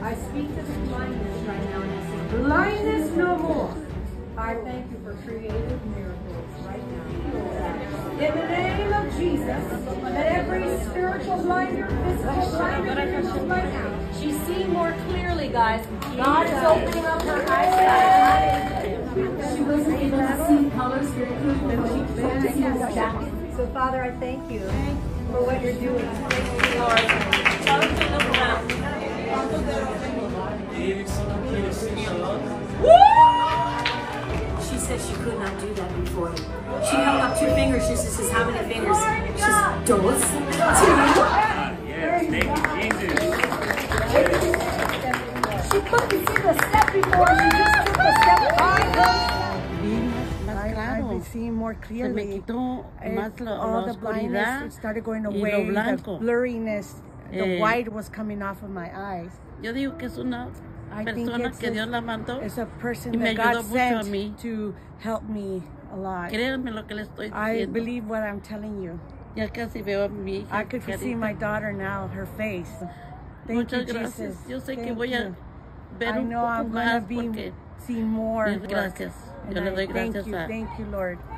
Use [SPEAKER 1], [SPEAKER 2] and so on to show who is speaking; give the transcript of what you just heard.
[SPEAKER 1] I speak to this blindness right now and I say, blindness no more. I thank you for creative miracles right now. In the name of Jesus, that every spiritual blinder, physical blinder, miracle right now.
[SPEAKER 2] She's seeing more clearly, guys. God is opening up her eyesight. She wasn't able to see colors very clearly, but she could see exactly.
[SPEAKER 1] So Father, I thank you for what you're doing.
[SPEAKER 2] Lord, tell her to look around. She said she could not do that before. She held up two fingers. She says, "How many fingers?" She says, "Dos, two."
[SPEAKER 3] Yes, thank you, Jesus.
[SPEAKER 1] She couldn't see the step before, she just took the step by
[SPEAKER 4] más
[SPEAKER 5] I,
[SPEAKER 4] claro.
[SPEAKER 5] I've seen more
[SPEAKER 4] Se me
[SPEAKER 5] clearly.
[SPEAKER 4] quitó
[SPEAKER 5] Eh,
[SPEAKER 4] más la,
[SPEAKER 5] all
[SPEAKER 4] la
[SPEAKER 5] the blurriness
[SPEAKER 4] oscuridad.
[SPEAKER 5] it started going
[SPEAKER 4] y lo
[SPEAKER 5] away. The
[SPEAKER 4] blanco.
[SPEAKER 5] blurriness, the
[SPEAKER 4] Eh.
[SPEAKER 5] white was coming off of my eyes.
[SPEAKER 4] Yo digo que es una
[SPEAKER 5] I think
[SPEAKER 4] persona
[SPEAKER 5] it's
[SPEAKER 4] que Dios la mandó.
[SPEAKER 5] a, it's a person
[SPEAKER 4] y me
[SPEAKER 5] that God
[SPEAKER 4] ayudó mucho a mí.
[SPEAKER 5] sent to help me a lot.
[SPEAKER 4] Créanme lo que le estoy
[SPEAKER 5] I
[SPEAKER 4] diciendo.
[SPEAKER 5] believe what I'm telling you.
[SPEAKER 4] ya casi veo a mi hija.
[SPEAKER 5] I could see
[SPEAKER 4] carita.
[SPEAKER 5] my daughter now, her face. Thank
[SPEAKER 4] Muchas
[SPEAKER 5] you,
[SPEAKER 4] gracias.
[SPEAKER 5] Jesus.
[SPEAKER 4] Yo sé que
[SPEAKER 5] Thank
[SPEAKER 4] voy a
[SPEAKER 5] you.
[SPEAKER 4] ver
[SPEAKER 5] I
[SPEAKER 4] un
[SPEAKER 5] know
[SPEAKER 4] poco
[SPEAKER 5] I'm
[SPEAKER 4] más
[SPEAKER 5] gonna be
[SPEAKER 4] porque
[SPEAKER 5] see more.
[SPEAKER 4] Dios,
[SPEAKER 5] work.
[SPEAKER 4] gracias. Yo
[SPEAKER 5] And
[SPEAKER 4] le
[SPEAKER 5] I
[SPEAKER 4] doy
[SPEAKER 5] thank
[SPEAKER 4] gracias
[SPEAKER 5] you,
[SPEAKER 4] a-
[SPEAKER 5] thank you, Lord.